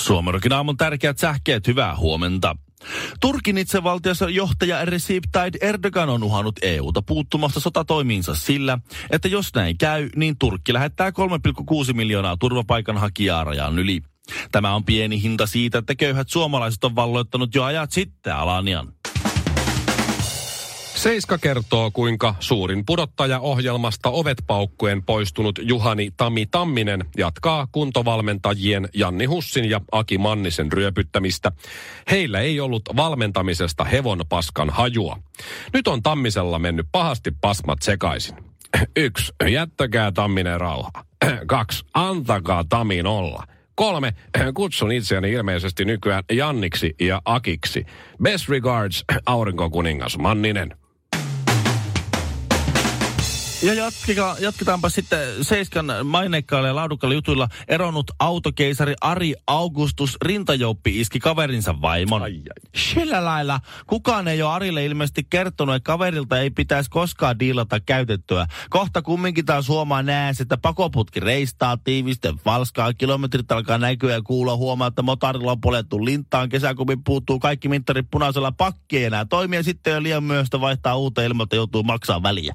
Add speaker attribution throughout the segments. Speaker 1: Suomarokin aamun tärkeät sähkeet, hyvää huomenta. Turkin itsevaltiossa johtaja Recep Tayyip Erdogan on uhannut EUta puuttumasta sotatoimiinsa sillä, että jos näin käy, niin Turkki lähettää 3,6 miljoonaa turvapaikanhakijaa rajan yli. Tämä on pieni hinta siitä, että köyhät suomalaiset on valloittanut jo ajat sitten Alanian.
Speaker 2: Seiska kertoo, kuinka suurin pudottaja ohjelmasta ovet paukkuen poistunut Juhani Tami Tamminen jatkaa kuntovalmentajien Janni Hussin ja Aki Mannisen ryöpyttämistä. Heillä ei ollut valmentamisesta hevon paskan hajua. Nyt on Tammisella mennyt pahasti pasmat sekaisin. Yksi, jättäkää Tamminen rauha. Kaksi, antakaa Tamin olla. Kolme, kutsun itseäni ilmeisesti nykyään Janniksi ja Akiksi. Best regards, aurinkokuningas Manninen.
Speaker 1: Ja jatkika, jatketaanpa sitten Seiskan maineikkailla ja laadukkailla jutuilla. Eronnut autokeisari Ari Augustus Rintajouppi iski kaverinsa vaimon. Ai, ai. Sillä lailla kukaan ei ole Arille ilmeisesti kertonut, että kaverilta ei pitäisi koskaan diilata käytettyä. Kohta kumminkin taas huomaa nääs, että pakoputki reistaa tiivisten valskaa. Kilometrit alkaa näkyä ja kuulla huomaa, että motorilla on poljettu lintaan. Kesäkumin puuttuu kaikki mittarit punaisella pakki ei enää toimii ja sitten jo liian myöhäistä vaihtaa uutta ilman, että joutuu maksaa väliä.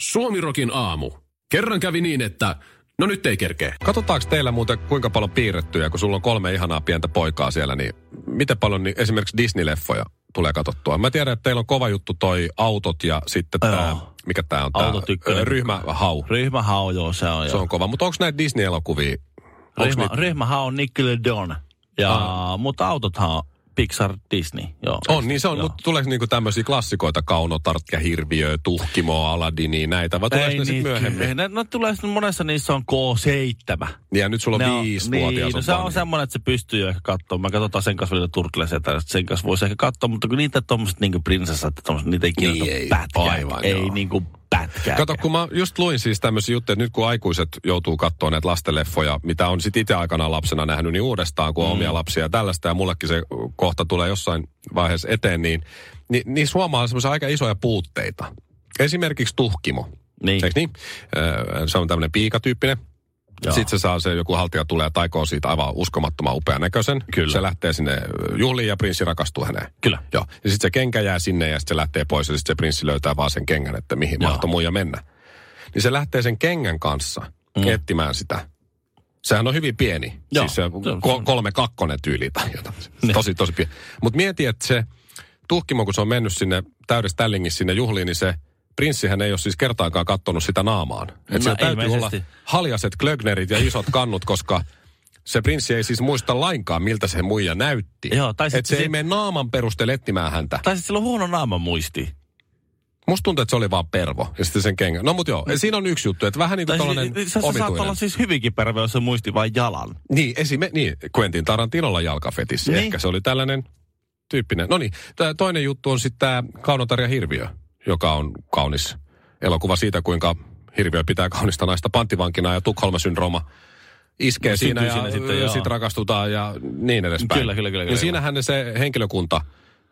Speaker 3: Suomirokin aamu. Kerran kävi niin, että... No nyt ei kerkeä.
Speaker 2: Katsotaanko teillä muuten kuinka paljon piirrettyjä, kun sulla on kolme ihanaa pientä poikaa siellä, niin miten paljon niin esimerkiksi Disney-leffoja tulee katsottua? Mä tiedän, että teillä on kova juttu toi autot ja sitten tämä,
Speaker 1: Joo.
Speaker 2: mikä tämä on
Speaker 1: Autot
Speaker 2: tämä
Speaker 1: ykkönen.
Speaker 2: ryhmähau.
Speaker 1: Ryhmähau, joo, se on.
Speaker 2: Se
Speaker 1: Joo.
Speaker 2: on kova, mutta onko näitä Disney-elokuvia? Onks
Speaker 1: Ryhmä,
Speaker 2: niitä- Ah.
Speaker 1: ryhmähän on Nickelodeon, ja, mutta autothan on Pixar, Disney. Joo.
Speaker 2: On, niin se on,
Speaker 1: Joo.
Speaker 2: mutta tuleeko niinku tämmöisiä klassikoita, Kaunotartka, Hirviö, Tuhkimo, Aladini, näitä, vai tuleeko ne sitten
Speaker 1: niitä-
Speaker 2: myöhemmin?
Speaker 1: ei, Ne, no tulee sitten monessa niissä on K7.
Speaker 2: Ja nyt sulla
Speaker 1: Ne
Speaker 2: on viisivuotias.
Speaker 1: niin, no, se on semmoinen, että se pystyy jo ehkä katsomaan. Mä katsotaan sen kanssa vielä turkilaisia ja sen kanssa voisi ehkä katsoa, mutta kun niitä tommoset niinku prinsessat, ja tommoset, niitä ei kiinnosta
Speaker 2: Niin ei,
Speaker 1: pätkää.
Speaker 2: aivan,
Speaker 1: ei
Speaker 2: joo.
Speaker 1: niinku pätkää.
Speaker 2: Kato, kun mä just luin siis tämmöisiä juttuja, että nyt kun aikuiset joutuu katsoa näitä lastenleffoja, mitä on sitten itse aikana lapsena nähnyt, niin uudestaan,
Speaker 1: Mm.
Speaker 2: kun on omia lapsia ja tällaista, ja mullekin se kohta tulee jossain vaiheessa eteen, niin, niin, niin huomaa semmoisia aika isoja puutteita. Esimerkiksi tuhkimo.
Speaker 1: Niin.
Speaker 2: Eikö niin? Öö, Se on tämmöinen piikatyyppinen.
Speaker 1: Joo.
Speaker 2: Sitten se saa se, joku haltija tulee taikoo siitä aivan uskomattoman upean näköisen.
Speaker 1: Kyllä.
Speaker 2: Se lähtee sinne juhliin ja prinssi rakastuu häneen.
Speaker 1: Kyllä.
Speaker 2: Joo. Ja sitten se kenkä jää sinne ja sitten se lähtee pois ja sitten se prinssi löytää vaan sen kengän, että mihin
Speaker 1: Joo.
Speaker 2: mahtoi muija mennä. Niin se lähtee sen kengän kanssa mm. etsimään sitä. Sehän on hyvin pieni.
Speaker 1: Joo.
Speaker 2: Siis se
Speaker 1: Se on-
Speaker 2: ko- kolme kakkonen tyyli tai jotain.
Speaker 1: Niin.
Speaker 2: Tosi, tosi pieni. Mutta mieti, että se tuhkimo, kun se on mennyt sinne täydessä tällingissä sinne juhliin, niin se prinssihän ei ole siis kertaakaan kattonut sitä naamaan. Että
Speaker 1: No,
Speaker 2: no, täytyy olla
Speaker 1: ilmeisesti.
Speaker 2: haljaset klögnerit ja isot kannut, koska se prinssi ei siis muista lainkaan, miltä se muija näytti.
Speaker 1: Joo, tai
Speaker 2: Et
Speaker 1: sitten
Speaker 2: se,
Speaker 1: se-
Speaker 2: ei mene naaman perusteella etsimään häntä.
Speaker 1: Tai sitten sillä on huono naama muisti.
Speaker 2: Musta tuntuu, että se oli vaan pervo ja sitten sen kengä. No mut joo, siinä on yksi juttu, että vähän niin kuin
Speaker 1: Tai siis, se,
Speaker 2: tällainen
Speaker 1: se, se saattaa olla
Speaker 2: omituinen.
Speaker 1: siis hyvinkin perve, jos se muisti vain jalan.
Speaker 2: Niin, esim. niin, Quentin Tarantinolla jalkafetissi.
Speaker 1: Niin.
Speaker 2: Niin. Ehkä se oli tällainen tyyppinen. No niin, tää toinen juttu on sitten tämä Kaunotarja Hirviö, joka on kaunis elokuva siitä, kuinka Hirviö pitää kaunista naista panttivankina ja Tukholma-syndrooma iskee
Speaker 1: Syntyy
Speaker 2: siinä,
Speaker 1: siinä
Speaker 2: ja
Speaker 1: sitten,
Speaker 2: sitten,
Speaker 1: joo.
Speaker 2: sit rakastutaan ja niin edespäin.
Speaker 1: Kyllä, kyllä, kyllä,
Speaker 2: Ja
Speaker 1: kyllä.
Speaker 2: siinähän se henkilökunta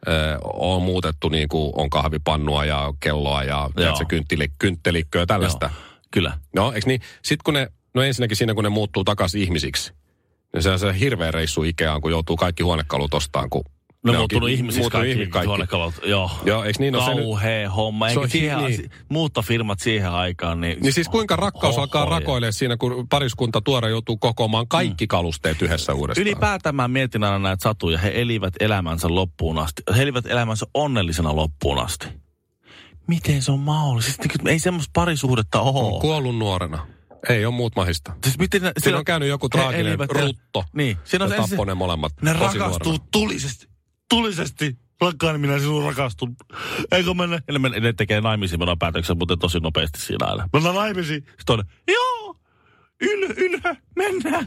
Speaker 2: ö, on muutettu niin kuin on kahvipannua ja kelloa ja tiedätkö, kynttili, kynttelikköä ja tällaista.
Speaker 1: Joo, Kyllä.
Speaker 2: No, eikö niin? Sitten kun ne, no ensinnäkin siinä kun ne muuttuu takaisin ihmisiksi, niin se on se hirveä reissu Ikeaan, kun joutuu kaikki huonekalut ostaan, kun
Speaker 1: No
Speaker 2: ne
Speaker 1: ne
Speaker 2: onkin-
Speaker 1: muuttunut ihmisiksi
Speaker 2: muuttunut
Speaker 1: kaikki,
Speaker 2: ihmi- kaikki.
Speaker 1: huonekalut, joo.
Speaker 2: Joo, eiks niin? No se nyt-
Speaker 1: Kauhea homma,
Speaker 2: Se
Speaker 1: eikä
Speaker 2: on hi-
Speaker 1: siihen,
Speaker 2: niin.
Speaker 1: niin. muuttofirmat siihen aikaan, niin...
Speaker 2: Niin siis kuinka rakkaus
Speaker 1: Oho,
Speaker 2: alkaa
Speaker 1: ja-
Speaker 2: rakoilee siinä, kun pariskunta tuore joutuu kokoamaan kaikki kalusteet yhdessä uudestaan.
Speaker 1: Ylipäätään mä mietin aina näitä satuja. He elivät elämänsä loppuun asti. He elivät elämänsä onnellisena loppuun asti. Miten se on mahdollista? Siis niinku, ei semmoista parisuhdetta
Speaker 2: On
Speaker 1: oo.
Speaker 2: kuollut nuorena. Ei ole muut mahista.
Speaker 1: Siis miten ne,
Speaker 2: Siinä on käynyt joku
Speaker 1: he
Speaker 2: traaginen
Speaker 1: elivät-
Speaker 2: rutto.
Speaker 1: Niin. Siinä on
Speaker 2: Ne
Speaker 1: se
Speaker 2: tappoi ne molemmat
Speaker 1: Ne
Speaker 2: tosi
Speaker 1: rakastuu
Speaker 2: nuorena.
Speaker 1: tulisesti. Tulisesti. Rakkaani minä sinun rakastun. Eikö mennä? Ne, men, ne tekee naimisiin mennä päätöksen, mutta tosi nopeasti siinä aina. Mennään naimisiin. Sitten on, joo, yl, ylhö, mennään mennään.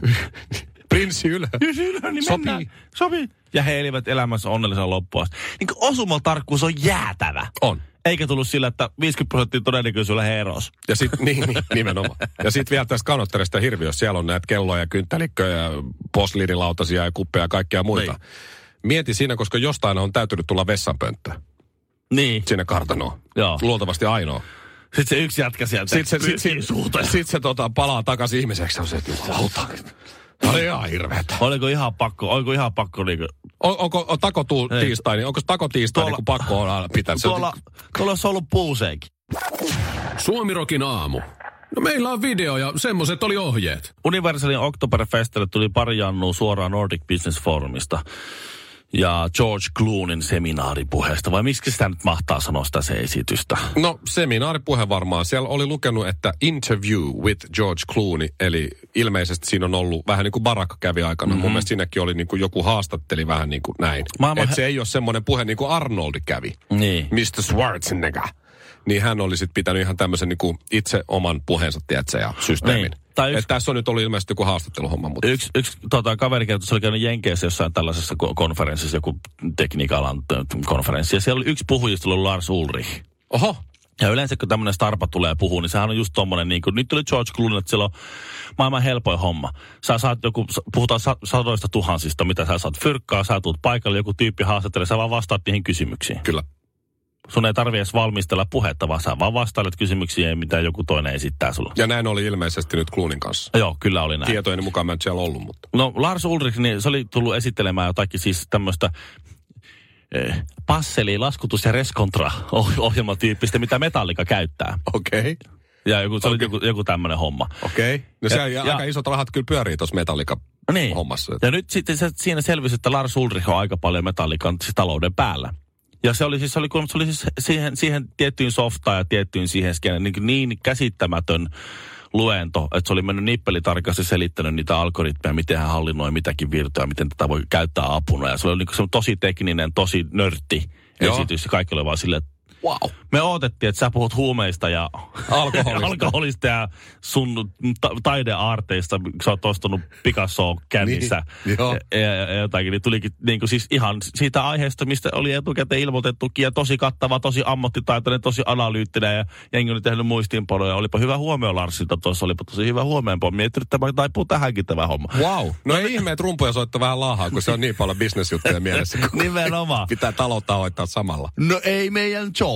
Speaker 2: Prinssi Ylhö.
Speaker 1: Jos ylhä, niin
Speaker 2: Sopii.
Speaker 1: mennään. Sopii. Ja he elivät elämänsä onnellisen loppuun asti. Niin kuin osumatarkkuus on jäätävä.
Speaker 2: On.
Speaker 1: Eikä tullut sillä, että 50 prosenttia todennäköisyydellä he eros.
Speaker 2: Ja sit, niin, niin, nimenomaan. Ja sitten vielä tästä kanotterista ja hirviöstä. Siellä on näitä kelloja, ja kynttilikköjä, ja posliinilautasia ja kuppeja ja kaikkia muita. Niin. Mieti siinä, koska jostain on täytynyt tulla vessanpönttö
Speaker 1: Niin.
Speaker 2: sinne kartanoon.
Speaker 1: Joo.
Speaker 2: Luultavasti ainoa.
Speaker 1: Sitten se yksi jätkä sieltä.
Speaker 2: Sitten se, sit,
Speaker 1: pyyhkii
Speaker 2: sit,
Speaker 1: suuta.
Speaker 2: sit se tota, palaa takaisin ihmiseksi. Se on se, että jumalauta. Tämä oli ihan hirveetä.
Speaker 1: Oliko ihan pakko, oliko ihan pakko niinku...
Speaker 2: On, onko on tako tuu,
Speaker 1: Ei.
Speaker 2: tiistai, niin onko tako tiistai,
Speaker 1: Tuolla-
Speaker 2: niin kun pakko on aina pitää? Se on-
Speaker 1: Tuolla, tuolla olisi ollut puuseenkin.
Speaker 3: Suomirokin aamu. No meillä on video ja semmoset oli ohjeet.
Speaker 1: Universalin Oktoberfestille tuli pari jannua suoraan Nordic Business Forumista ja George Cloonin seminaaripuheesta, vai miksi sitä nyt mahtaa sanoa sitä se esitystä?
Speaker 2: No seminaaripuhe varmaan. Siellä oli lukenut, että interview with George Clooney, eli ilmeisesti siinä on ollut vähän niin kuin Barack kävi aikana. Mm-hmm. Mun mielestä siinäkin oli niin kuin joku haastatteli vähän niin kuin näin.
Speaker 1: Mhm. Maailman-
Speaker 2: Että se ei ole semmoinen puhe niin kuin Arnoldi kävi.
Speaker 1: Niin.
Speaker 2: Mr. Schwarzenegger. Niin hän oli sitten pitänyt ihan tämmöisen niin kuin itse oman puheensa, tiedätkö, ja systeemin.
Speaker 1: Niin. Tai yksi-
Speaker 2: Et tässä on nyt ollut ilmeisesti joku haastatteluhomma, mutta
Speaker 1: Yksi, yksi tota, kaveri kertoi, että se oli käynyt Jenkeissä jossain tällaisessa ko- konferenssissa, joku tekniikalan t- konferenssi, ja siellä oli yksi puhujista oli Lars Ulrich.
Speaker 2: oho,
Speaker 1: Ja yleensä kun tämmöinen starpa tulee puhuu, niin sehän on just tommonen, niin kuin, nyt tuli George Clooney, että sillä on maailman helpoin homma. Sä saat joku, puhutaan sa- sadoista tuhansista, mitä sä saat fyrkkaa, sä tuut paikalle, joku tyyppi haastattelee, sä vaan vastaat niihin kysymyksiin.
Speaker 2: kyllä.
Speaker 1: Sun ei tarvi edes valmistella puhetta, vaan sä vaan vastailet kysymyksiin, mitä joku toinen esittää sulle. No
Speaker 2: Ja näin oli ilmeisesti nyt Clooneyn kanssa.
Speaker 1: Joo, kyllä oli näin.
Speaker 2: Tietojeni mukaan mä en siellä ollut, mutta
Speaker 1: No Lars Ulrich, niin se oli tullut esittelemään jotakin siis tämmöistä eh, passeli, laskutus- ja reskontra-ohjelmatyyppistä, mitä Metallica käyttää.
Speaker 2: okei. Okay.
Speaker 1: Ja joku, se oli joku, joku tämmöinen homma.
Speaker 2: Okei. Okay. No se
Speaker 1: ja-
Speaker 2: aika isot rahat kyllä pyörii tuossa metallika
Speaker 1: Niin.
Speaker 2: hommassa.
Speaker 1: Ja nyt sitten se, siinä selvisi, että Lars Ulrich on aika paljon metallikan siis talouden päällä. Ja se oli siis, se oli, kuulemma- se oli siis siihen, siihen tiettyyn softaan ja tiettyyn siihen skeneen niin, niin käsittämätön luento, että se oli mennyt nippelitarkasti selittänyt niitä algoritmeja, miten hän hallinnoi mitäkin virtoja, miten tätä voi käyttää apuna. Ja se oli niin se tosi tekninen, tosi nörtti
Speaker 2: Joo.
Speaker 1: esitys. Ja kaikki oli vaan silleen, että
Speaker 2: Wow.
Speaker 1: me odotettiin, että sä puhut huumeista ja
Speaker 2: Alkoholista.
Speaker 1: alkoholista ja sun ta- taideaarteista, kun sä oot ostanut Picassoa kännissä
Speaker 2: Niin, joo.
Speaker 1: ja, ja, ja jotakin, niin tulikin niin kuin siis ihan siitä aiheesta, mistä oli etukäteen ilmoitettukin ja tosi kattava, tosi ammattitaitoinen, tosi analyyttinen ja jengi oli tehnyt muistiinpanoja. Olipa hyvä huomio Larsilta tuossa, olipa tosi hyvä huomioon. Miettinyt, että tämä taipuu tähänkin tämä homma.
Speaker 2: Wow. No ei ihme, että rumpuja soittaa vähän laahaa, kun se on niin paljon bisnesjuttuja mielessä. kun
Speaker 1: Niin. Nimenomaan.
Speaker 2: Pitää taloutta hoitaa samalla.
Speaker 1: No ei meidän George.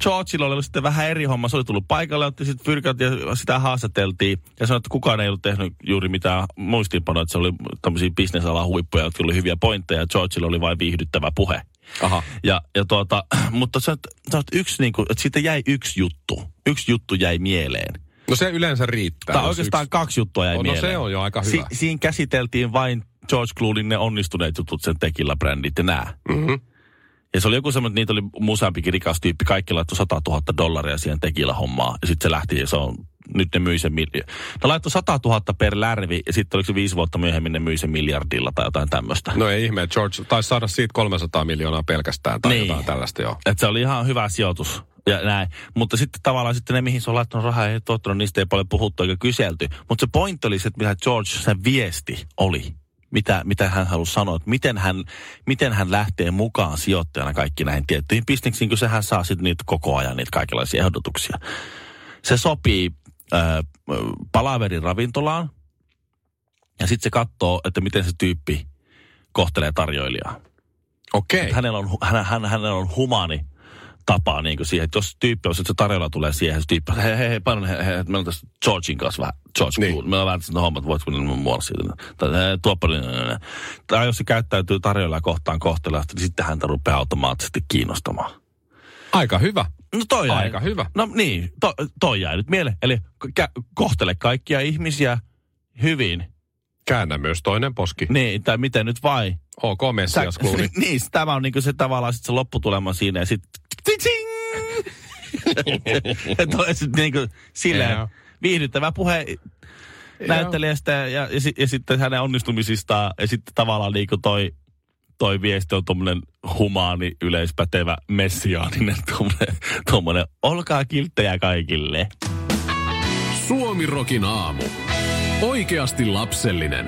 Speaker 1: Georgeilla oli sitten vähän eri homma. Se oli tullut paikalle, otti sitten pyrkät ja sitä haastateltiin. Ja sanoi, että kukaan ei ollut tehnyt juuri mitään muistiinpanoja. että Se oli tämmöisiä bisnesalan huippuja, jotka oli hyviä pointteja. Georgeilla oli vain viihdyttävä puhe.
Speaker 2: Aha.
Speaker 1: Ja, ja tuota, mutta sä, sä oot yksi niin kuin, että siitä jäi yksi juttu. Yksi juttu jäi mieleen.
Speaker 2: No se yleensä riittää.
Speaker 1: Tai
Speaker 2: jos
Speaker 1: oikeastaan yksi...
Speaker 2: yksi-
Speaker 1: kaksi juttua jäi
Speaker 2: No, no
Speaker 1: mieleen.
Speaker 2: se on jo aika hyvä.
Speaker 1: Si- siinä käsiteltiin vain George Cloonin ne onnistuneet jutut, sen tekillä brändit ja nää. Mm-hmm.
Speaker 2: Mhm.
Speaker 1: Ja se oli joku semmoinen, että niitä oli museampikin rikas tyyppi. Kaikki laittoi 100 000 dollaria siihen tekillä hommaa. Ja sitten se lähti ja se on, nyt ne myi sen miljoon. Ne laittoi 100 000 per lärvi ja sitten oliko se viisi vuotta myöhemmin ne myi sen miljardilla tai jotain tämmöistä.
Speaker 2: No ei ihme, että George taisi saada siitä 300 miljoonaa pelkästään tai
Speaker 1: Niin.
Speaker 2: niin. jotain tällaista, joo.
Speaker 1: Että se oli ihan hyvä sijoitus ja näin. Mutta sitten tavallaan sitten ne, mihin se on laittanut rahaa, ei tuottanut, niistä ei paljon puhuttu eikä kyselty. Mutta se pointti oli se, että mitä George sen viesti oli. Mitä, mitä hän halusi sanoa, että miten hän, miten hän lähtee mukaan sijoittajana kaikki näihin tiettyihin bisneksiin, kun sehän saa sitten niitä koko ajan niitä kaikenlaisia ehdotuksia. Se sopii äh, palaverin ravintolaan ja sitten se katsoo, että miten se tyyppi kohtelee tarjoilijaa.
Speaker 2: Okei.
Speaker 1: Että hänellä on, hu- hän, hän, hänellä on humani tapa niin kuin siihen, että jos tyyppi on, että se tarjolla tulee siihen, se tyyppi on, hei, hei, hei, paljon, hei, hei, että meillä on tässä Georgein kanssa vähän, George
Speaker 2: Niin.
Speaker 1: niin. Clooney, meillä on vähän tässä ne hommat, voitko ne muualla siitä, tai hei, tuo paljon, nä, nä, nä. tai jos se käyttäytyy tarjolla kohtaan kohteliaasti, niin sitten häntä rupeaa automaattisesti kiinnostamaan.
Speaker 2: Aika hyvä.
Speaker 1: No toi jäi.
Speaker 2: Aika hyvä.
Speaker 1: No niin, to, toi jäi nyt mieleen, eli kä- kohtele kaikkia ihmisiä hyvin,
Speaker 2: Käännä myös toinen poski.
Speaker 1: niin, tai miten nyt vai,
Speaker 2: OK, Messias Clooney.
Speaker 1: niin, s- tämä on niinku se tavallaan sit se lopputulema siinä ja sitten sit niinku silleen
Speaker 2: Joo.
Speaker 1: viihdyttävä puhe näyttelijästä ja, ja, si- ja, sitten hänen onnistumisistaan ja sitten tavallaan niinku toi, toi viesti on tuommoinen humaani, yleispätevä, messiaaninen tuommoinen, tuommoinen olkaa kilttejä kaikille.
Speaker 3: Suomirokin aamu. Oikeasti lapsellinen.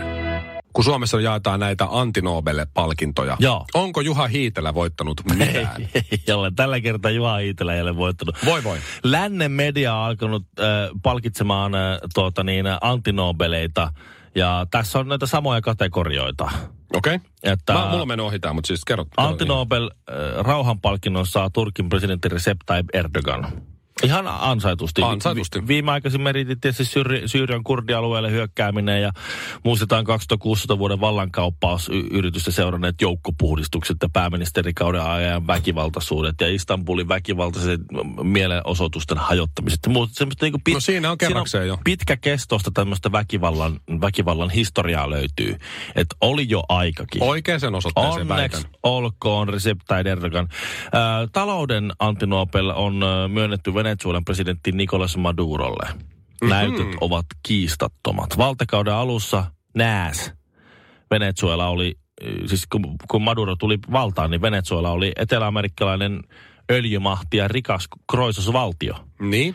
Speaker 2: Kun Suomessa jaetaan näitä Antinobel-palkintoja,
Speaker 1: Joo.
Speaker 2: onko Juha Hiitelä voittanut mitään?
Speaker 1: jolle tällä kertaa Juha Hiitelä ei ole voittanut.
Speaker 2: Voi voi.
Speaker 1: Lännen media on alkanut äh, palkitsemaan äh, tuota niin, äh, antinobeleita. Ja tässä on näitä samoja kategorioita.
Speaker 2: Okei. Okay.
Speaker 1: Että
Speaker 2: Mä, mulla meni ohi tää, mutta siis kerro.
Speaker 1: Antti Nobel äh, rauhanpalkinnon saa Turkin presidentti Recep Tayyip Erdogan. Ihan ansaitusti.
Speaker 2: Ansaitusti.
Speaker 1: Vi- viimeaikaisin meritit tietysti Syri- Syyrian kurdialueelle hyökkääminen ja muistetaan 2016 vuoden vallankauppausyritystä seuranneet joukkopuhdistukset ja pääministerikauden ajan väkivaltaisuudet ja Istanbulin väkivaltaiset mielenosoitusten hajottamiset. Ja muut semmoista niinku pit-
Speaker 2: No siinä on kerrakseen jo.
Speaker 1: Pitkä kestosta tämmöistä väkivallan, väkivallan historiaa löytyy. Et oli jo aikakin.
Speaker 2: Oikein sen osoitteeseen väitän.
Speaker 1: Onneksi olkoon Recep Tayyip Erdogan. Ää, talouden Antti Nobel on ää, myönnetty Venezuelan presidentti Nicolas Madurolle.
Speaker 2: Mhm.
Speaker 1: Näytöt ovat kiistattomat. Valtakauden alussa nääs Venezuela oli, äh, siis kun, kun Maduro tuli valtaan, niin Venezuela oli eteläamerikkalainen öljymahti ja rikas kroisosvaltio.
Speaker 2: Niin.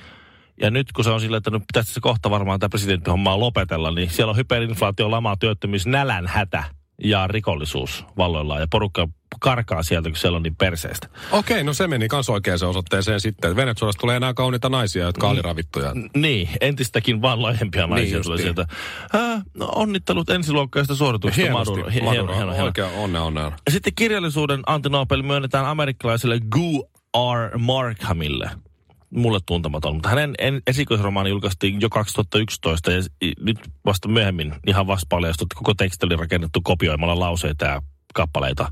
Speaker 1: Ja nyt kun se on sillä, että nyt pitäisi se kohta varmaan tämä presidenttihommaa lopetella, niin siellä on hyperinflaatio, lama, työttömyys, nälän hätä ja rikollisuus valloillaan. Ja porukka karkaa sieltä, kun siellä on niin perseestä.
Speaker 2: Okei, no se meni kans oikeaan osoitteeseen sitten. Venezuelasta tulee enää kauniita naisia, jotka
Speaker 1: Mm.
Speaker 2: oli ravittuja.
Speaker 1: Niin, entistäkin vaan laajempia naisia
Speaker 2: Niin justiin.
Speaker 1: tulee sieltä. Äh, no, onnittelut ensiluokkaista suorituksista.
Speaker 2: Hienosti.
Speaker 1: Maduro.
Speaker 2: Maduro,
Speaker 1: Hie- hieno, hieno, Siis hieno.
Speaker 2: Oikea onnea, onnea.
Speaker 1: Ja Sitten kirjallisuuden Antti Nobel myönnetään amerikkalaiselle Gu R. Markhamille. Mulle tuntematon, mutta hänen en- esikoisromaani julkaistiin jo 2011 ja s- i- nyt vasta myöhemmin ihan vasta paljastui, että koko teksti oli rakennettu kopioimalla lauseita ja kappaleita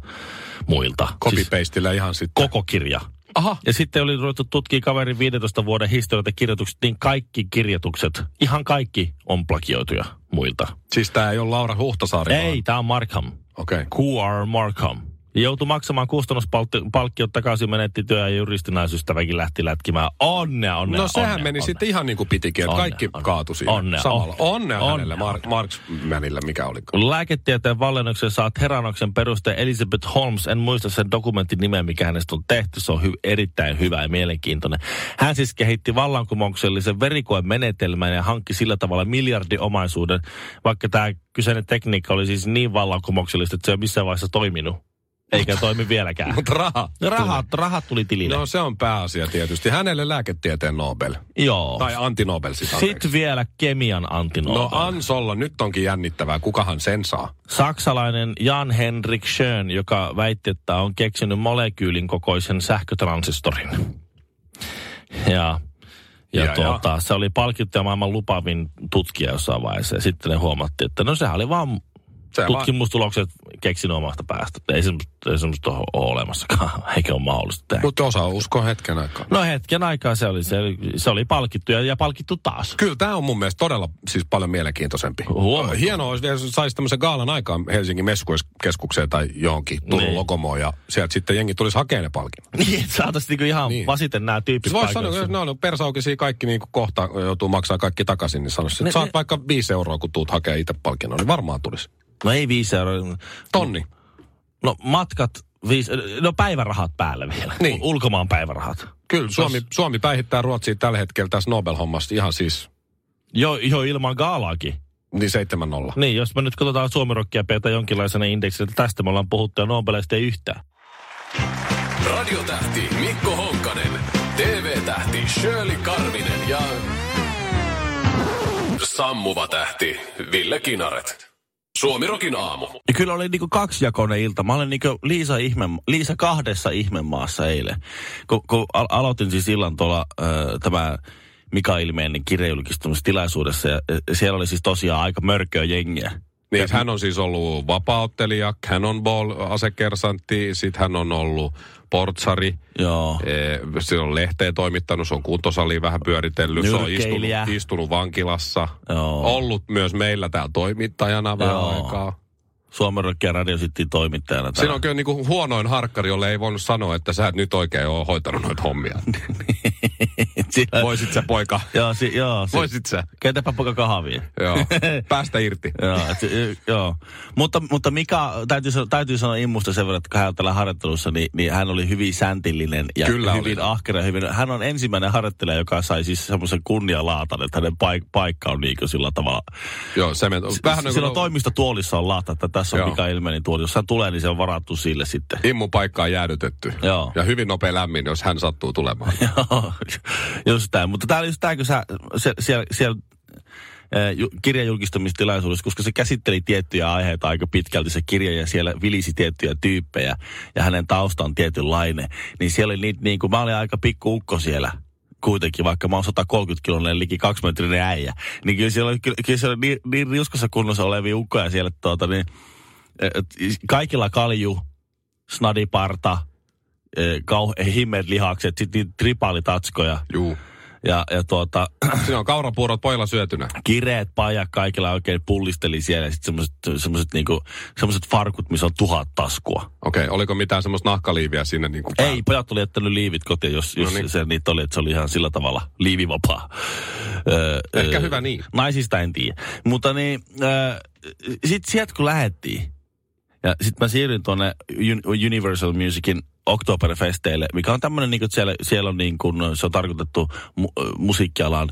Speaker 1: muilta. Siis
Speaker 2: Copy-pasteillä ihan sitten.
Speaker 1: koko kirja.
Speaker 2: Aha.
Speaker 1: Ja sitten oli ruvettu tutkia kaverin 15 vuoden historialta kirjoitukset, niin kaikki kirjoitukset, ihan kaikki on plagioituja muilta.
Speaker 2: Siis tää ei ole Laura Huhtasaari. vaan-
Speaker 1: Ei, tämä on Markham.
Speaker 2: Okei. Okay.
Speaker 1: QR Markham. Ja joutui maksamaan kustannuspalkkiot takaisin menetti työ ja juristinaisuustäväkin lähti lätkimään. Onnea, onnea,
Speaker 2: No sehän
Speaker 1: onnea,
Speaker 2: meni
Speaker 1: onnea.
Speaker 2: sitten ihan niin kuin pitikin, että
Speaker 1: Onnea,
Speaker 2: kaikki
Speaker 1: onnea.
Speaker 2: kaatui siinä
Speaker 1: Onnea,
Speaker 2: samalla.
Speaker 1: onnea.
Speaker 2: Onnea,
Speaker 1: Onnea,
Speaker 2: hänelle, Mar- Marksmanille, mikä oli.
Speaker 1: Kun lääketieteen vallennukseen saat heranoksen peruste Elizabeth Holmes, en muista sen dokumentin nimeä, mikä hänestä on tehty. Se on hy- erittäin hyvä ja mielenkiintoinen. Hän siis kehitti vallankumouksellisen verikoen menetelmän ja hankki sillä tavalla miljardiomaisuuden, vaikka tämä kyseinen tekniikka oli siis niin vallankumouksellista, että se ei ole missään vaiheessa toiminut. Eikä toimi vieläkään.
Speaker 2: Mutta raha.
Speaker 1: Rahat, rahat tuli tilille.
Speaker 2: No se on pääasia tietysti. Hänelle lääketieteen Nobel.
Speaker 1: Joo.
Speaker 2: Tai antinobel siis anteeksi.
Speaker 1: Sitten vielä kemian Antti
Speaker 2: No
Speaker 1: No. Nobel.
Speaker 2: Ansolla nyt onkin jännittävää. Kukahan sen saa?
Speaker 1: Saksalainen Jan Henrik Schön, joka väitti, että on keksinyt molekyylin kokoisen sähkötransistorin. Ja, ja, ja
Speaker 2: Ja,
Speaker 1: tuota, se oli palkittu ja maailman lupaavin tutkija jossain vaiheessa. Ja sitten ne huomattiin, että no sehän oli vaan
Speaker 2: Se vaan-
Speaker 1: tutkimustulokset keksinyt omasta päästä. Ei semmoista, ei semmoista ole olemassakaan, eikä ole mahdollista tehdä.
Speaker 2: Mutta osa uskoo hetken aikaa.
Speaker 1: No hetken aikaa se oli, se oli, se oli palkittu ja, ja palkittu taas.
Speaker 2: Kyllä tämä on mun mielestä todella siis paljon mielenkiintoisempi.
Speaker 1: Huomattu.
Speaker 2: Hienoa olisi, vielä, jos saisi tämmöisen gaalan aikaan Helsingin messuiskeskukseen tai johonkin Turun
Speaker 1: Niin.
Speaker 2: niin. Lokomoon ja sieltä sitten jengi tulisi hakemaan ne palkinnot.
Speaker 1: Niin, että saataisiin niinku ihan niin.
Speaker 2: Niin.
Speaker 1: vasiten nämä tyypit
Speaker 2: Siis voisi
Speaker 1: paikalle.
Speaker 2: sanoa, jos ne on persaukisia kaikki niin kuin kohta joutuu maksaa kaikki takaisin, niin sanoisi,
Speaker 1: Ne-
Speaker 2: että saat
Speaker 1: ne-
Speaker 2: vaikka viisi euroa, kun tuut hakemaan itse palkinnon, niin varmaan tulisi.
Speaker 1: No ei viisi euroa.
Speaker 2: Tonni.
Speaker 1: No matkat, viisi, no päivärahat päälle vielä.
Speaker 2: Niin.
Speaker 1: U- Ulkomaan päivärahat.
Speaker 2: Kyllä, Suomi, Suomi päihittää Ruotsia tällä hetkellä tässä Nobel-hommassa ihan siis
Speaker 1: Jo, jo ilman gaalaakin.
Speaker 2: niin 7-0.
Speaker 1: Niin, jos me nyt katsotaan suomirokkia peitä jonkinlaisena indeksinä, että tästä me ollaan puhuttu ja Nobeleista ei yhtään.
Speaker 3: Radiotähti Mikko Honkanen, TV-tähti Shirley Karvinen ja sammuva tähti Ville Kinaret. Suomirokin aamu.
Speaker 1: Ja kyllä oli niinku kaksijakoinen ilta. Mä olin niinku Liisa, ihme, Liisa kahdessa ihmemaassa eilen. Kun, kun al- aloitin siis illan tuolla äh, tämä Mika Ilmeinen kirjajulkistumistilaisuudessa ja, ja siellä oli siis tosiaan aika mörköä jengiä.
Speaker 2: Niin, että hän on siis ollut vapauttelija, cannonball-asekersantti, sitten hän on ollut portsari,
Speaker 1: Joo.
Speaker 2: ee, se on lehteen toimittanut, se on kuntosaliin vähän pyöritellyt, se on istunut,
Speaker 1: Nyrkeilijä.
Speaker 2: istunut vankilassa,
Speaker 1: Joo.
Speaker 2: ollut myös meillä täällä toimittajana vähän
Speaker 1: Joo.
Speaker 2: aikaa.
Speaker 1: Suomen Rock ja Radio City toimittajana.
Speaker 2: Siinä on kyllä niinku huonoin harkkari, jolle ei voinut sanoa, että sä et nyt oikein ole hoitanut noita hommia.
Speaker 1: täällä. Siellä-
Speaker 2: Voisit sä poika.
Speaker 1: Joo, si- joo. Si-
Speaker 2: Voisit sä.
Speaker 1: Keitäpä poika kahvia.
Speaker 2: Joo. Päästä irti.
Speaker 1: Joo, et, y- joo. Mutta, mutta Mika, täytyy, sano- täytyy sanoa Immusta sen verran, että kun hän on täällä harjoittelussa, niin, niin hän oli hyvin säntillinen ja
Speaker 2: Kyllä oli.
Speaker 1: hyvin ahkera. ja Hyvin. Hän on ensimmäinen harjoittelija, joka sai siis semmoisen kunnialaatan, että hänen paik- paikka on niin kuin sillä tavalla.
Speaker 2: Joo, se men... Vähän niin
Speaker 1: Silloin
Speaker 2: kuin
Speaker 1: toimistotuolissa on laata, että tässä on
Speaker 2: Joo.
Speaker 1: Mika Ilmenin tuoli. Jos hän tulee, niin se on varattu sille sitten.
Speaker 2: immun paikka on jäädytetty.
Speaker 1: Joo.
Speaker 2: Ja hyvin nopea lämmin, jos hän sattuu tulemaan.
Speaker 1: Joo, just näin. Mutta tämä oli just tämä, kun sä, se, siellä, siellä eh, ju- kirjan julkistamistilaisuudessa, koska se käsitteli tiettyjä aiheita aika pitkälti se kirja ja siellä vilisi tiettyjä tyyppejä ja hänen tausta on tietynlainen, niin siellä oli niitä niin kuin, mä olin aika pikku ukko siellä kuitenkin, vaikka mä oon 130 kilonen liki kaksimetrinen äijä, niin kyllä siellä oli, kyllä, kyllä siellä oli niin, niin riuskassa kunnossa olevia ukkoja siellä, tuota, niin, eh, et kaikilla kalju, snadiparta, eh, kauhe, himmeet lihakset, sitten niitä tripaalitatskoja
Speaker 2: Juu.
Speaker 1: ja, ja tuota,
Speaker 2: Siinä on kaurapuurot poilla syötynä.
Speaker 1: kireet pajat kaikilla oikein pullisteli siellä. Sitten semmoset, semmoset, niinku, semmoset farkut, missä on tuhat taskua.
Speaker 2: Okei, okay, oliko mitään semmoista nahkaliiviä sinne niin kuin
Speaker 1: Ei, pojat oli jättänyt liivit kotiin, jos, jos
Speaker 2: No niin.
Speaker 1: se niitä oli, että se oli ihan sillä tavalla liivivapaa. Öö,
Speaker 2: Ehkä
Speaker 1: öö,
Speaker 2: hyvä niin.
Speaker 1: Naisista en tiedä. Mutta niin, öö, sitten sieltä kun lähettiin, ja sitten mä siirryin tuonne Un- Universal Musicin Oktoberfesteille, mikä on tämmöinen, niin siellä, siellä on niin kuin, se on tarkoitettu mu- ö, musiikkialan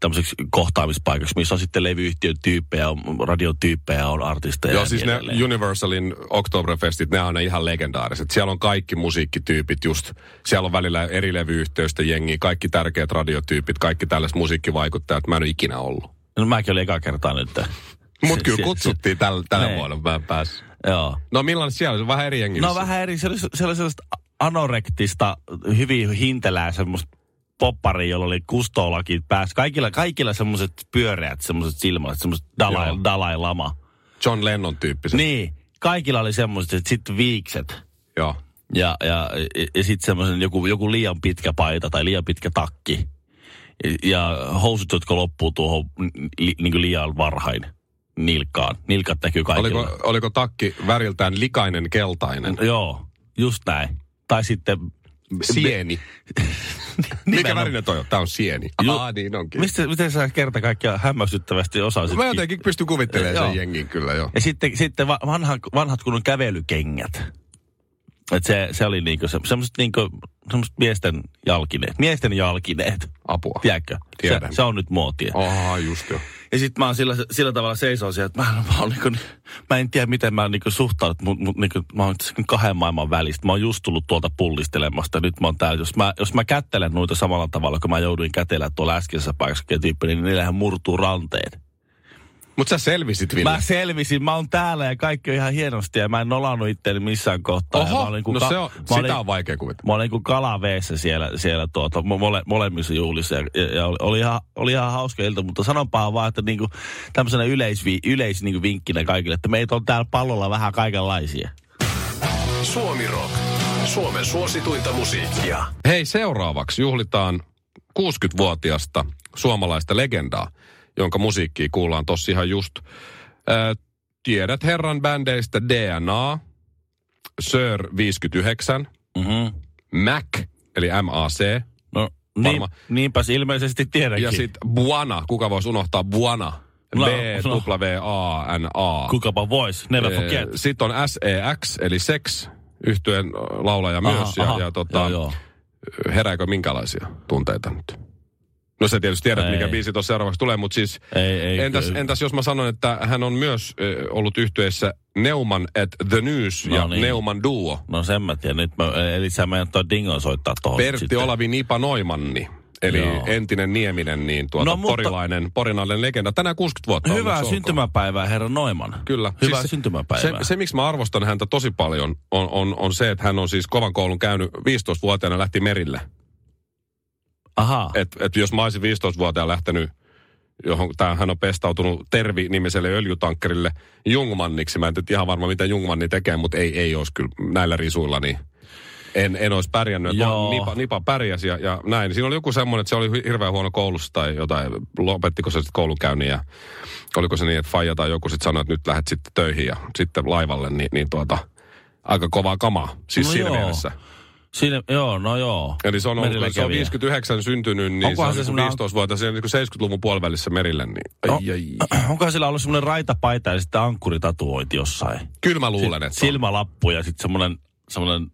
Speaker 1: tämmöiseksi kohtaamispaikaksi, missä on sitten levyyhtiön tyyppejä, on radiotyyppejä, on artisteja.
Speaker 2: Joo,
Speaker 1: ja
Speaker 2: siis
Speaker 1: niin
Speaker 2: ne
Speaker 1: edelleen.
Speaker 2: Universalin Oktoberfestit, ne on ne ihan legendaariset. Siellä on kaikki musiikkityypit just, siellä on välillä eri levyyhteystä jengiä, kaikki tärkeät radiotyypit, kaikki tällaiset musiikkivaikuttajat. Mä en ole ikinä ollut.
Speaker 1: no, mäkin olin eka kertaa nyt.
Speaker 2: Mut
Speaker 1: Sie-
Speaker 2: kyllä kutsuttiin tällä, tällä
Speaker 1: Niin.
Speaker 2: vuonna, mä en päässyt.
Speaker 1: Joo.
Speaker 2: No millainen siellä? Vähän eri jengi.
Speaker 1: No
Speaker 2: vissiin.
Speaker 1: vähän eri, se oli, se oli sellaista anorektista, hyvin hintelää semmoista poppari, jolla oli kustoolakin päässä. Kaikilla, kaikilla semmoiset pyöreät, semmoiset silmät, semmoiset dalai,
Speaker 2: Joo.
Speaker 1: dalai lama.
Speaker 2: John Lennon tyyppiset.
Speaker 1: Niin, kaikilla oli semmoiset, sitten viikset.
Speaker 2: Joo.
Speaker 1: Ja, ja, ja, ja sitten semmoisen joku, joku liian pitkä paita tai liian pitkä takki. Ja, ja housut, jotka loppuu tuohon li, niin liian varhain nilkkaan. Nilkat näkyy kaikilla.
Speaker 2: Oliko, oliko takki väriltään likainen keltainen?
Speaker 1: Joo, just näin. Tai sitten...
Speaker 2: Sieni. Mikä
Speaker 1: Nimenomaan.
Speaker 2: värinen toi on? Tää on sieni.
Speaker 1: Ju-
Speaker 2: Aa, niin onkin.
Speaker 1: Mistä, miten sä kerta kaikkiaan hämmästyttävästi osasit?
Speaker 2: Mä jotenkin pystyn kuvittelemaan
Speaker 1: Joo.
Speaker 2: sen jengin kyllä jo.
Speaker 1: Ja sitten, sitten va- vanhan, vanhat kunnon kävelykengät. Et se, se oli niinku se, semmoset niinku, semmoset miesten jalkineet. Miesten jalkineet,
Speaker 2: Apua.
Speaker 1: tiedätkö? Se,
Speaker 2: Oh, Tiedän.
Speaker 1: se, on nyt muotia.
Speaker 2: Aha, just jo.
Speaker 1: Ja sit mä oon sillä, sillä tavalla seisoo siellä, että mä, mä, oon niinku, mä en tiedä miten mä niinku suhtaudut, mut, mut niinku, mä oon tässä kahden maailman välistä. Mä oon just tullut tuolta pullistelemasta, nyt mä oon täällä. Jos mä, jos mä kättelen noita samalla tavalla, kun mä jouduin kätellä tuolla äskeisessä paikassa, kun tyyppi, niin niillähän murtuu ranteet.
Speaker 2: Mut sä selvisit, Ville.
Speaker 1: Mä selvisin, mä oon täällä ja kaikki on ihan hienosti ja mä en nolannut itteeni missään kohtaa. ja mä
Speaker 2: Oho,
Speaker 1: olin kuin
Speaker 2: no
Speaker 1: ka-
Speaker 2: se on,
Speaker 1: mä
Speaker 2: sitä
Speaker 1: olin-
Speaker 2: on vaikea kuvitella.
Speaker 1: Mä olin kuin kalaveessä siellä, siellä tuota, mo- mole, molemmissa juhlissa ja, ja, ja oli, oli, ihan, oli ihan hauska ilta, mutta sanonpahan vaan, että niinku, tämmöisenä yleisvi, yleis, niinku vinkkinä kaikille, että meitä on täällä pallolla vähän kaikenlaisia.
Speaker 3: Suomi Rock. Suomen suosituinta musiikkia.
Speaker 2: Hei, seuraavaksi juhlitaan 60-vuotiasta suomalaista legendaa, jonka musiikkia kuullaan tossa ihan just. Ö, tiedät herran bändeistä DNA, Sir 59,
Speaker 1: Mm-hmm.
Speaker 2: Mac, eli MAC,
Speaker 1: No, niin,
Speaker 2: Varma-
Speaker 1: niinpäs ilmeisesti tiedänkin.
Speaker 2: ja sitten Buana. Kuka voisi unohtaa Buana?
Speaker 1: No, no.
Speaker 2: B-W-A-N-A.
Speaker 1: Kukapa vois, never forget.
Speaker 2: Sitten Eh, on SEX, eli Sex, yhtyeen laulaja
Speaker 1: Aha,
Speaker 2: myös. Ja,
Speaker 1: aha.
Speaker 2: ja tota,
Speaker 1: joo, joo.
Speaker 2: herääkö minkälaisia tunteita nyt? No sä tietysti tiedät,
Speaker 1: Ei.
Speaker 2: mikä biisi tuossa seuraavaksi tulee, mutta siis
Speaker 1: Ei, ei,
Speaker 2: entäs,
Speaker 1: kyllä.
Speaker 2: entäs jos mä sanon, että hän on myös ö, ollut yhteydessä Neuman at the News
Speaker 1: No
Speaker 2: ja
Speaker 1: niin.
Speaker 2: Neuman Duo.
Speaker 1: No sen mä tiedän. Nyt mä, eli sä menet toi dingon soittaa tohon.
Speaker 2: Pertti
Speaker 1: sitten.
Speaker 2: Olavi Nipa Noimanni, eli
Speaker 1: Joo.
Speaker 2: entinen Nieminen, niin tuota
Speaker 1: No,
Speaker 2: no,
Speaker 1: mutta-
Speaker 2: mutta... porilainen, porinainen legenda. Tänään 60 vuotta.
Speaker 1: Hyvää
Speaker 2: onneksi olkoon.
Speaker 1: syntymäpäivää, herra Noiman.
Speaker 2: Kyllä.
Speaker 1: Hyvää
Speaker 2: Siis se-
Speaker 1: syntymäpäivää.
Speaker 2: Se, se, miksi mä arvostan häntä tosi paljon, on, on, on se, että hän on siis kovan koulun käynyt 15-vuotiaana ja lähti merille.
Speaker 1: Aha.
Speaker 2: et, et jos mä olisin 15-vuotiaan lähtenyt, johon tää, hän on pestautunut Tervi-nimiselle öljytankkerille Jungmanniksi. Mä en nyt ihan varma, mitä Jungmanni tekee, mutta ei, ei olisi kyllä näillä risuilla, niin en, en olisi pärjännyt. Et
Speaker 1: Joo.
Speaker 2: vaan Nipa, nipa pärjäsi ja, ja, näin. Siinä oli joku semmoinen, että se oli hy- hirveän huono koulussa tai jotain. Lopettiko se sitten koulukäynnin ja oliko se niin, että faija tai joku sitten sanoi, että nyt lähdet sitten töihin ja sitten laivalle, niin, niin tuota, aika kovaa kamaa. Siis
Speaker 1: No
Speaker 2: no siinä
Speaker 1: joo.
Speaker 2: mielessä.
Speaker 1: Siinä, joo, no joo.
Speaker 2: Eli se on, ollut,
Speaker 1: Merillä
Speaker 2: se on
Speaker 1: kävijä.
Speaker 2: 59 syntynyt, niin
Speaker 1: Onkohan
Speaker 2: se
Speaker 1: se
Speaker 2: on
Speaker 1: semmoinen-
Speaker 2: niin 15-vuotias, siinä on niin 70-luvun puolivälissä merillä. Niin. Ai,
Speaker 1: No.
Speaker 2: ai.
Speaker 1: Onkohan sillä ollut semmoinen raitapaita ja sitten ankkuritatuointi jossain?
Speaker 2: Kyllä mä luulen, että on.
Speaker 1: Silmälappu ja sitten semmoinen, semmoinen,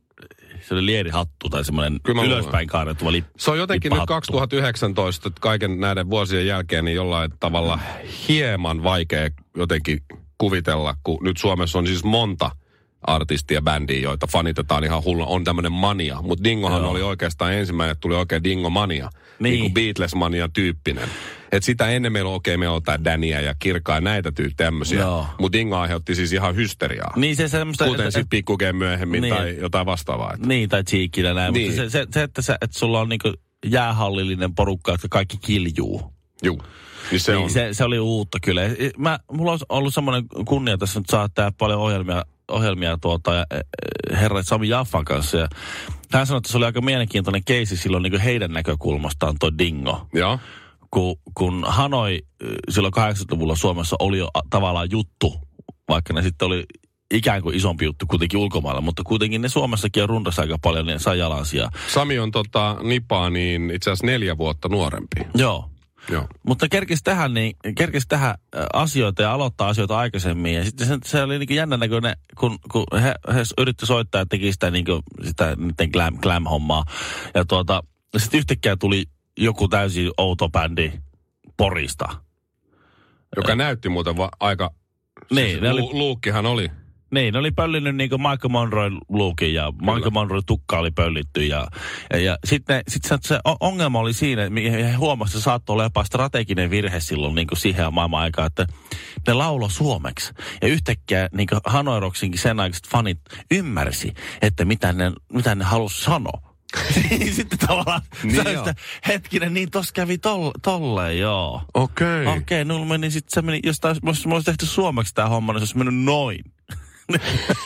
Speaker 1: semmoinen lierihattu tai semmoinen
Speaker 2: Kyllä mä luulen.
Speaker 1: ylöspäin kaarretuva lippu.
Speaker 2: Se on jotenkin nyt
Speaker 1: Lippahattu.
Speaker 2: 2019 että kaiken näiden vuosien jälkeen niin jollain tavalla hieman vaikea jotenkin kuvitella, kun nyt Suomessa on siis monta artistia, bändiä, joita fanitetaan ihan hulluna. On tämmöinen mania, mutta Dingohan Joo.
Speaker 1: Joo.
Speaker 2: oli oikeastaan ensimmäinen, että tuli oikein Dingo-mania. Niin. niin
Speaker 1: Niin.
Speaker 2: kuin Beatles-mania tyyppinen. Et sitä ennen meillä on, okei, okay, meillä on tää Dania ja Kirkaa ja näitä tyy tämmöisiä.
Speaker 1: Joo.
Speaker 2: Mutta Dingo aiheutti siis ihan hysteriaa. Niin,
Speaker 1: Niin se semmoista...
Speaker 2: Kuten
Speaker 1: että-
Speaker 2: sitten pikkukeen myöhemmin niin.
Speaker 1: Niin.
Speaker 2: tai jotain vastaavaa. Että.
Speaker 1: Niin, tai tsiikinä näin.
Speaker 2: Niin.
Speaker 1: Mutta se, se, se, että, sä, että sulla on niinku jäähallillinen porukka, jotka kaikki kiljuu.
Speaker 2: Juu. Niin se on.
Speaker 1: Niin se, se oli uutta kyllä. Ja Mä, mulla on ollut semmoinen kunnia tässä nyt saa tää paljon ohjelmia, ohjelmia tuota, ja, eh, herra Sami Jaffan kanssa. Ja hän sanoi, että se oli aika mielenkiintoinen keisi silloin niin heidän näkökulmastaan toi dingo.
Speaker 2: Joo.
Speaker 1: Kun, kun Hanoi eh, silloin 80-luvulla Suomessa oli jo a- tavallaan juttu, vaikka ne sitten oli ikään kuin isompi juttu kuitenkin ulkomailla, mutta kuitenkin ne Suomessakin on rundassa aika paljon, niin sai jalansia.
Speaker 2: Sami on tota, nipaa niin itse asiassa neljä vuotta nuorempi.
Speaker 1: Joo.
Speaker 2: Joo.
Speaker 1: Mutta kerkis tähän, niin, kerkis tähän ö, asioita ja aloittaa asioita aikaisemmin. Ja sitten se, se oli niin jännä näköinen, kun, kun he, he yritti soittaa ja teki sitä, niin sitä niiden glam, glam-hommaa. Ja tuota, sitten yhtäkkiä tuli joku täysin outo bändi Porista.
Speaker 2: Joka näytti muuten va- aika...
Speaker 1: Niin,
Speaker 2: siis
Speaker 1: ne oli-
Speaker 2: Lu- Luukkihan oli.
Speaker 1: Niin, ne oli pöllinyt niin kuin Michael Monroe luukin ja Michael Monroe tukka oli pöllitty. Ja, ja, ja sitten sit se, se o- ongelma oli siinä, mihin he huomasivat, se saattoi olla jopa strateginen virhe silloin niin kuin siihen maailman aikaan, että ne laulo suomeksi. Ja yhtäkkiä niin kuin Hanoiroksinkin sen aikaiset fanit ymmärsi, että mitä ne, mitä ne halusi sanoa. Niin sitten tavallaan,
Speaker 2: Niin
Speaker 1: niin
Speaker 2: joo.
Speaker 1: sitä, hetkinen, niin tos kävi tol, tolleen, joo.
Speaker 2: Okei.
Speaker 1: Okei, okay, no meni sit se meni, jos taas, jos mä olisin tehty suomeksi tää homma, niin se olisi mennyt noin.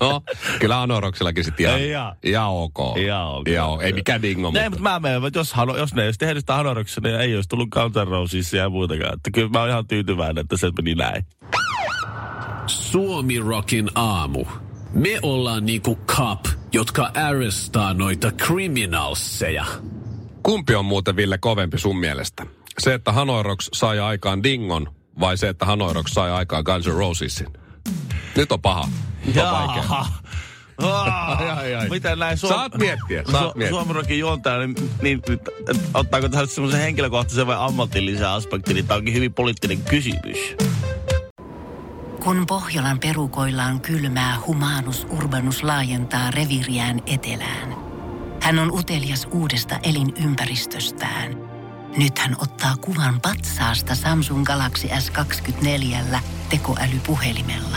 Speaker 2: No, kyllä Anoroksillakin sitten ihan,
Speaker 1: Ei jaa.
Speaker 2: ihan ok.
Speaker 1: Ihan ok.
Speaker 2: Ihan ok. Ei mikään dingo,
Speaker 1: Ei, mutta mä menen, jos, hano, jos ne ei olisi tehnyt sitä hanoroksia, niin ei olisi tullut Counter Rosissa ja muutakaan. Että kyllä mä oon ihan tyytyväinen, että se meni näin.
Speaker 3: Suomi Rockin aamu. Me ollaan niinku cup, jotka arrestaa noita criminalseja.
Speaker 2: Kumpi on muuten Ville kovempi sun mielestä? Se, että Hanoiroks sai aikaan dingon vai se, että Hanoiroks sai aikaan Guns N' Rosesin? Nyt on paha. Nyt on vaikea. Ai, ai, ai.
Speaker 1: Miten näin Suom-
Speaker 2: Saat miettiä, saat miettiä.
Speaker 1: Suomirokin juontaja, niin, niin, niin et ottaako tähän semmoisen henkilökohtaisen vai ammatillisen aspektin, niin tämä onkin hyvin poliittinen kysymys.
Speaker 4: Kun Pohjolan perukoillaan kylmää, humanus urbanus laajentaa reviriään etelään. Hän on utelias uudesta elinympäristöstään. Nyt hän ottaa kuvan patsaasta Samsung Galaxy S24 tekoälypuhelimella.